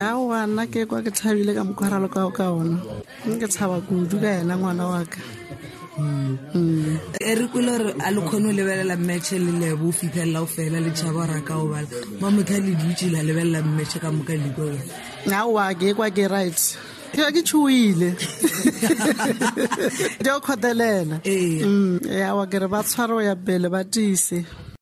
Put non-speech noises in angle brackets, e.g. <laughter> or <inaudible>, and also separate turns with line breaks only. aowa nna ke kwa ke thabile ka mokwaralo kao ka ona mme ke tshaba kudu ka ena ngwana wa ka
Eh, re kwile gore a le kgone go lebelela mmatšhe le lebo o fitlhelela o fela letšhaba ora ka obala mamotha le dutse la lebelela mmatšhe ka moka lekola
aowa ke kwa ke right ke be ke tshogile <laughs> ke o kgotelela
ee
Mm, aowa ke re ba tshware o ya pele ba tiise